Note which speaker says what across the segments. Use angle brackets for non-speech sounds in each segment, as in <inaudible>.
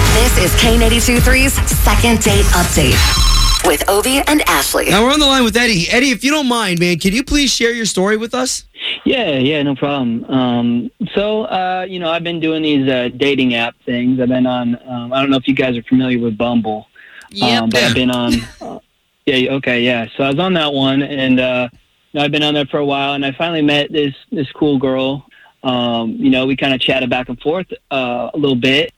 Speaker 1: This is K823's second date update with Ovi and Ashley.
Speaker 2: Now we're on the line with Eddie. Eddie, if you don't mind, man, can you please share your story with us?
Speaker 3: Yeah, yeah, no problem. Um, so, uh, you know, I've been doing these uh, dating app things. I've been on, um, I don't know if you guys are familiar with Bumble,
Speaker 4: Yep.
Speaker 3: um, but I've been
Speaker 4: <laughs>
Speaker 3: on, uh, yeah, okay, yeah. So I was on that one, and uh, you know, I've been on there for a while, and I finally met this this cool girl. Um, you know, we kind of chatted back and forth uh, a little bit.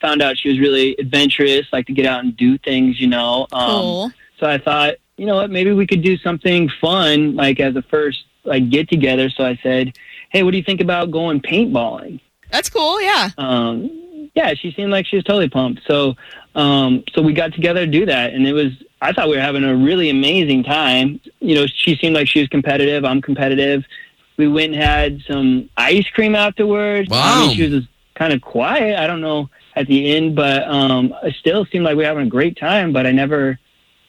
Speaker 3: Found out she was really adventurous, like to get out and do things. You know, um,
Speaker 4: cool.
Speaker 3: so I thought, you know what, maybe we could do something fun, like as a first like get together. So I said, hey, what do you think about going paintballing?
Speaker 4: That's cool. Yeah.
Speaker 3: Um, yeah, she seemed like she was totally pumped. So, um, so we got together to do that, and it was. I thought we were having a really amazing time. You know, she seemed like she was competitive. I'm competitive. We went and had some ice cream afterwards. I
Speaker 2: Wow.
Speaker 3: mean, she was just kind of quiet. I don't know at the end, but um, it still seemed like we were having a great time. But I never,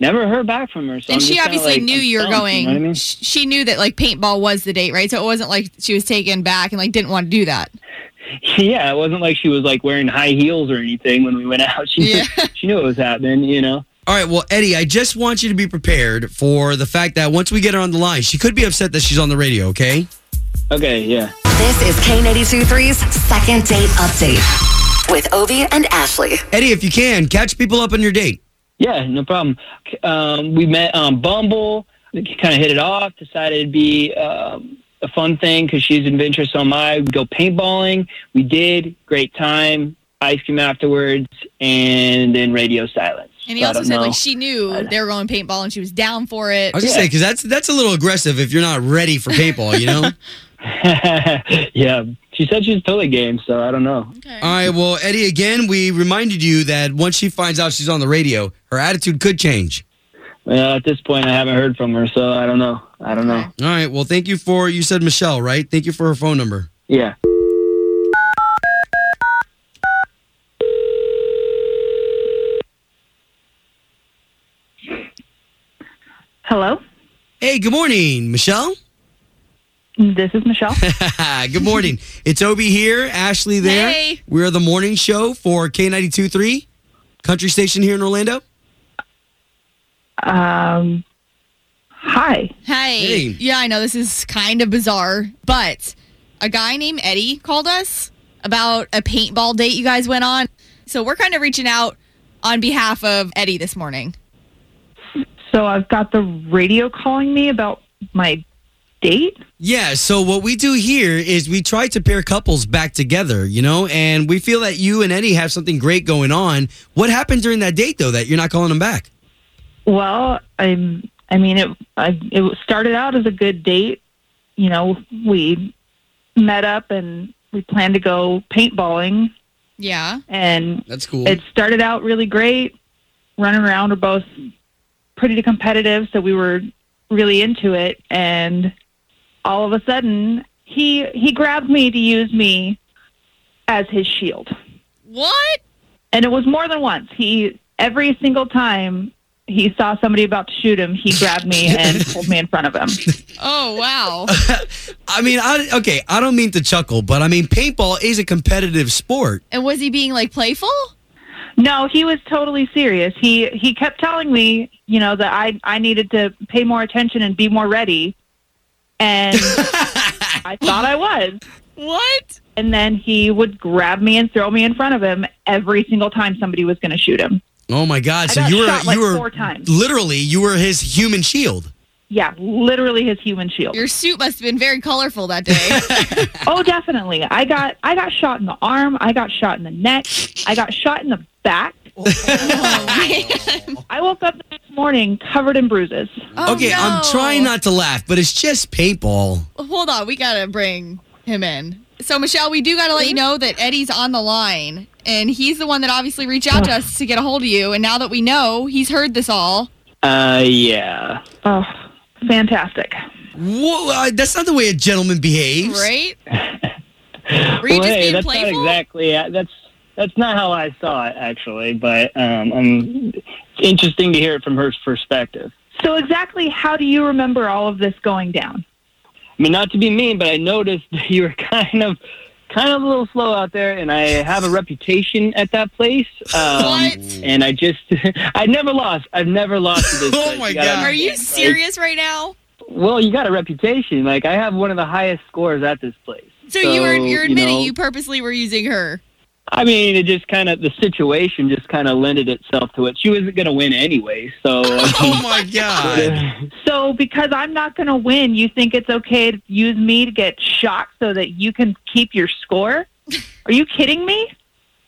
Speaker 3: never heard back from her. So
Speaker 4: and
Speaker 3: I'm
Speaker 4: she
Speaker 3: just kinda
Speaker 4: obviously
Speaker 3: like,
Speaker 4: knew
Speaker 3: I'm
Speaker 4: you were
Speaker 3: stumped,
Speaker 4: going.
Speaker 3: You know what I mean? <laughs>
Speaker 4: sh- She knew that like paintball was the date, right? So it wasn't like she was taken back and like didn't want to do that.
Speaker 3: yeah, it wasn't like she was like wearing high heels or anything when we went out. <laughs> She
Speaker 4: Yeah.
Speaker 3: she knew it was happening, you know.
Speaker 2: All right, well, Eddie, I just want you to be prepared for the fact that once we get her on the line, she could be upset that she's on the radio, okay?
Speaker 3: Okay, yeah.
Speaker 1: This is K823's second date update with Ovi and Ashley.
Speaker 2: Eddie, if you can, catch people up on your date.
Speaker 3: Yeah, no problem. Um, we met on Bumble, kind of hit it off, decided it'd be um, a fun thing because she's adventurous, so am I. We go paintballing. We did. Great time. Ice cream afterwards, and then radio silence.
Speaker 4: And he
Speaker 3: So I
Speaker 4: also
Speaker 3: don't
Speaker 4: said
Speaker 3: know.
Speaker 4: like she knew they were going paintball and she was down for it.
Speaker 2: I was gonna say because that's that's a little aggressive if you're not ready for paintball, <laughs> you know. All
Speaker 3: <laughs> yeah, she said she's totally game, so I don't know.
Speaker 4: Okay.
Speaker 2: right, well, Eddie, again, we reminded you that once she finds out she's on the radio, her attitude could change.
Speaker 3: Well, at this point, I haven't heard from her, so I don't know. I don't know.
Speaker 2: All right, well, thank you for you said Michelle, right? Thank you for her phone number.
Speaker 3: Yeah.
Speaker 5: Hello,
Speaker 2: Hey, good morning, Michelle.
Speaker 5: this is Michelle.
Speaker 2: <laughs> good morning. It's Obi here, Ashley there.
Speaker 4: Hey.
Speaker 2: We're the morning show for K92 3, country station here in Orlando.
Speaker 5: um, hi.
Speaker 4: Hey.
Speaker 2: Hey.
Speaker 4: Yeah, I know this is kind of bizarre, but a guy named Eddie called us about a paintball date you guys went on. So we're kind of reaching out on behalf of Eddie this morning.
Speaker 5: So I've got the radio calling me about my date.
Speaker 2: Yeah, so what we do here is we try to pair couples back together, you know, and we feel that you and Eddie have something great going on. What happened during that date, though, that you're not calling them back?
Speaker 5: Well, I'm. I mean, it. I, it started out as a good date. You know, we met up and we planned to go paintballing,
Speaker 4: Yeah.
Speaker 5: and
Speaker 2: That's cool.
Speaker 5: it started out really great. Running around were both pretty competitive, so we were really into it. And all of a sudden, he he grabbed me to use me as his shield,
Speaker 4: What?
Speaker 5: and it was more than once. He every single time he saw somebody about to shoot him, he grabbed me and pulled me in front of him.
Speaker 4: Oh, <laughs> wow.
Speaker 2: I mean, I, okay, I don't mean to chuckle, but I mean, paintball is a competitive sport.
Speaker 4: and was he being like playful?
Speaker 5: No, he was totally serious. He he kept telling me, you know, that I I needed to pay more attention and be more ready. And I thought I was.
Speaker 4: What?
Speaker 5: And then he would grab me and throw me in front of him every single time somebody was going to shoot him.
Speaker 2: Oh my God!
Speaker 5: I
Speaker 2: So
Speaker 5: got
Speaker 2: you were
Speaker 5: shot, like,
Speaker 2: you were
Speaker 5: four times.
Speaker 2: literally you were his human shield.
Speaker 5: Yeah, literally his human shield.
Speaker 4: Your suit must have been very colorful
Speaker 3: <laughs>
Speaker 4: that day.
Speaker 5: Oh, definitely. I got I got shot in the arm. I got shot in the neck. I got shot in the back.
Speaker 4: oh, man.
Speaker 5: I woke up this morning covered in bruises.
Speaker 4: Oh,
Speaker 2: okay,
Speaker 4: no.
Speaker 2: I'm trying not to laugh, but it's just paintball.
Speaker 4: hold on, we gotta bring him in. So Michelle, we do gotta let you
Speaker 3: Mm-hmm.
Speaker 4: know that Eddie's on the line, and he's the one that obviously reached out to us to get a hold of you. And now that we know, he's heard this all.
Speaker 3: Uh, yeah.
Speaker 5: Oh, fantastic.
Speaker 2: Whoa, uh, that's not the way a gentleman behaves.
Speaker 4: Right? <laughs> Were you
Speaker 3: well,
Speaker 4: just
Speaker 3: hey,
Speaker 4: being
Speaker 3: that's
Speaker 4: playful?
Speaker 3: not exactly that's that's not how I saw it actually, but um, I'm it's interesting to hear it from her perspective.
Speaker 5: So exactly how do you remember all of this going down?
Speaker 3: I mean, not to be mean, but I noticed that you were kind of kind of a little slow out there, and I have a reputation at that place. Um,
Speaker 4: What?
Speaker 3: and I just, I never lost. I've never lost to this.
Speaker 2: Oh
Speaker 3: place.
Speaker 2: my
Speaker 3: You gotta
Speaker 2: God.
Speaker 4: Are you
Speaker 3: understand, right?
Speaker 4: serious right now?
Speaker 3: Well, you got a reputation. Like I have one of the highest scores at this place.
Speaker 4: So, you were you're admitting you,
Speaker 3: know,
Speaker 4: purposely were using her.
Speaker 3: I mean, it just kind of the situation just kind of lended itself to it. She wasn't going to win anyway, so. uh,
Speaker 2: Oh my god.
Speaker 3: <laughs>
Speaker 5: So because I'm not going to win, you think it's okay to use me to get shot so that you can keep your score? Are you kidding me?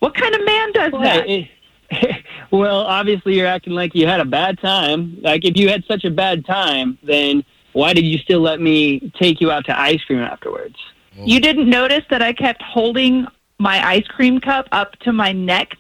Speaker 5: What kind of man does
Speaker 3: Well,
Speaker 5: that?
Speaker 3: it- <laughs> well, obviously you're acting like you had a bad time. Like if you had such a bad time, then why did you still let me take you out to ice cream afterwards?
Speaker 5: You didn't notice that I kept holding my ice cream cup up to my neck.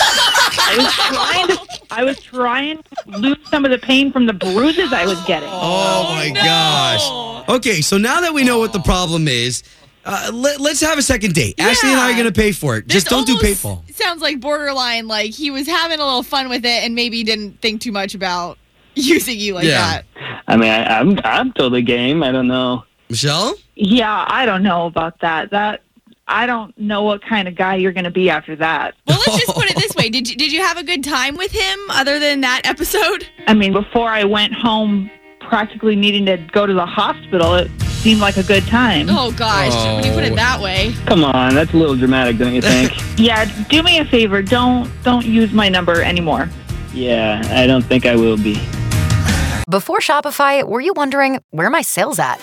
Speaker 5: I was trying to, I was trying to lose some of the pain from the bruises I was getting.
Speaker 2: Oh my gosh. Okay, so now that we know what the problem is, uh, let, us have a second date. Ashley and I are
Speaker 4: Yeah.
Speaker 2: going to pay for it. Just
Speaker 4: This
Speaker 2: don't do
Speaker 4: almost
Speaker 2: paintball.
Speaker 4: Sounds like borderline. Like he was having a little fun with it and maybe didn't think too much about <laughs> using you like
Speaker 2: Yeah.
Speaker 4: that.
Speaker 3: I mean, I, I'm I'm totally game. I don't know.
Speaker 2: Michelle?
Speaker 5: Yeah, I don't know about that. That I don't know what kind of guy you're going to be after that.
Speaker 4: Well, let's just put it this way: did you, did you have a good time with him other than that episode?
Speaker 5: I mean, before I went home, practically needing to go to the hospital, it seemed like a good time.
Speaker 4: Oh gosh, when you put
Speaker 2: Oh.
Speaker 4: it that way.
Speaker 3: Come on, that's a little dramatic, don't you think?
Speaker 5: Yeah, do me a favor. Don't don't use my number anymore.
Speaker 3: yeah, I don't think I will be.
Speaker 6: Before Shopify, were you wondering where are my sales at?